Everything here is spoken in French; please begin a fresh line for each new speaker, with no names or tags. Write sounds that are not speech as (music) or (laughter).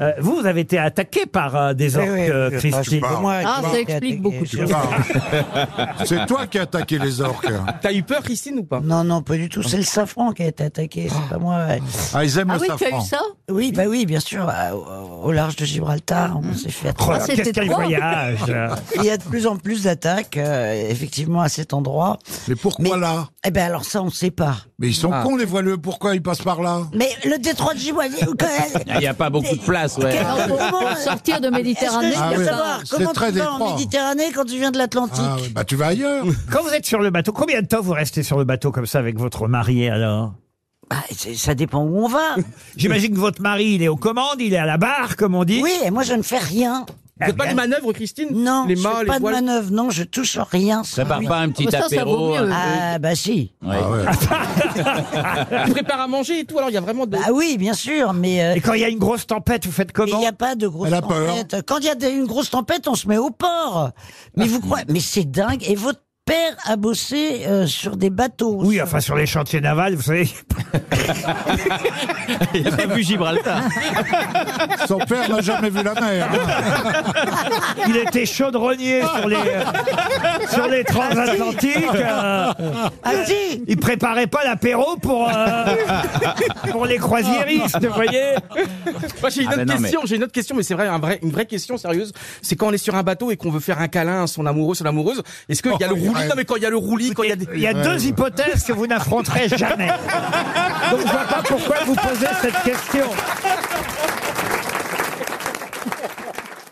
Euh, vous, vous avez été attaqué par euh, des orques, euh, Christine.
Ah, ça explique beaucoup de choses.
Ah. C'est toi qui as attaqué les orques.
T'as eu peur, Christine, ou pas
Non, non, pas du tout. C'est le safran qui a été attaqué, c'est pas moi. ouais.
Ah, ils aiment
Ah
le
oui, tu as
safran.
eu ça
Oui, bah oui, bien sûr. à- Au au large de Gibraltar, on s'est fait
Oh là,
attaquer.
Ah,
Qu'est-ce
c'était
qu'un
toi
voyage
Il y a de plus en plus d'attaques, euh, effectivement, à cet endroit.
Mais pourquoi
Mais-
là
Eh ben alors ça, on ne sait pas.
Mais ils sont
Ah.
cons, les voileux. Pourquoi ils passent par là
Mais le détroit de Gibraltar, quand même,
(laughs)
Il n'y a pas beaucoup de place, ouais.
quel-
Non, pour,
comment-
pour sortir de
Est-ce que
Méditerranée,
je
Ah
peux
oui.
savoir
C'est
comment
très
tu vas
étroit.
en Méditerranée quand tu viens de l'Atlantique
ah, ouais, Bah tu vas ailleurs.
Quand vous êtes sur le bateau, combien de temps vous restez sur le bateau comme ça avec votre mari alors
Bah, c'est- Ça dépend où on va.
J'imagine que votre mari, il est aux commandes, il est à la barre, comme on dit.
Oui, et moi je ne fais rien.
Vous faites pas de manœuvre, Christine
Non,
Les
je
mâts,
fais
les
pas
voiles
de manœuvre, non, je touche rien.
Ça part pas un petit
Ah, ça, ça
apéro.
vaut mieux.
un-
Ah bah si.
Ouais.
Ah
(laughs)
ouais.
Tu prépares à manger et tout, alors il y a vraiment de...
Bah oui, bien sûr, mais euh,
Et quand il y a une grosse tempête, vous faites
mais il
comment
n'y a pas de grosse
Elle a peur.
tempête. Quand il y a des- une grosse tempête, on se met au port. Mais vous croyez Mais c'est dingue. Et votre père a bossé euh, sur des bateaux.
Oui, enfin sur les chantiers navals, vous
(laughs)
savez.
Il a pas
Ah.
vu Gibraltar.
Son père n'a jamais vu la mer. hein.
Il était chaudronnier sur les, euh, sur les transatlantiques. euh,
Ah si.
il préparait pas l'apéro pour, euh, pour les croisiéristes, vous voyez.
(laughs) Moi, j'ai une,
Ah,
autre
ben non, mais-
question, j'ai une autre question, mais c'est vrai, un vrai, une vraie question sérieuse. C'est quand on est sur un bateau et qu'on veut faire un câlin à son amoureux, son amoureuse, est-ce qu'il y a le
Oh, il
roulis
rêve.
Non, mais quand il y a le roulis, quand il y a des...
Il y a deux hypothèses que vous n'affronterez jamais. Donc je vois pas pourquoi vous posez cette question.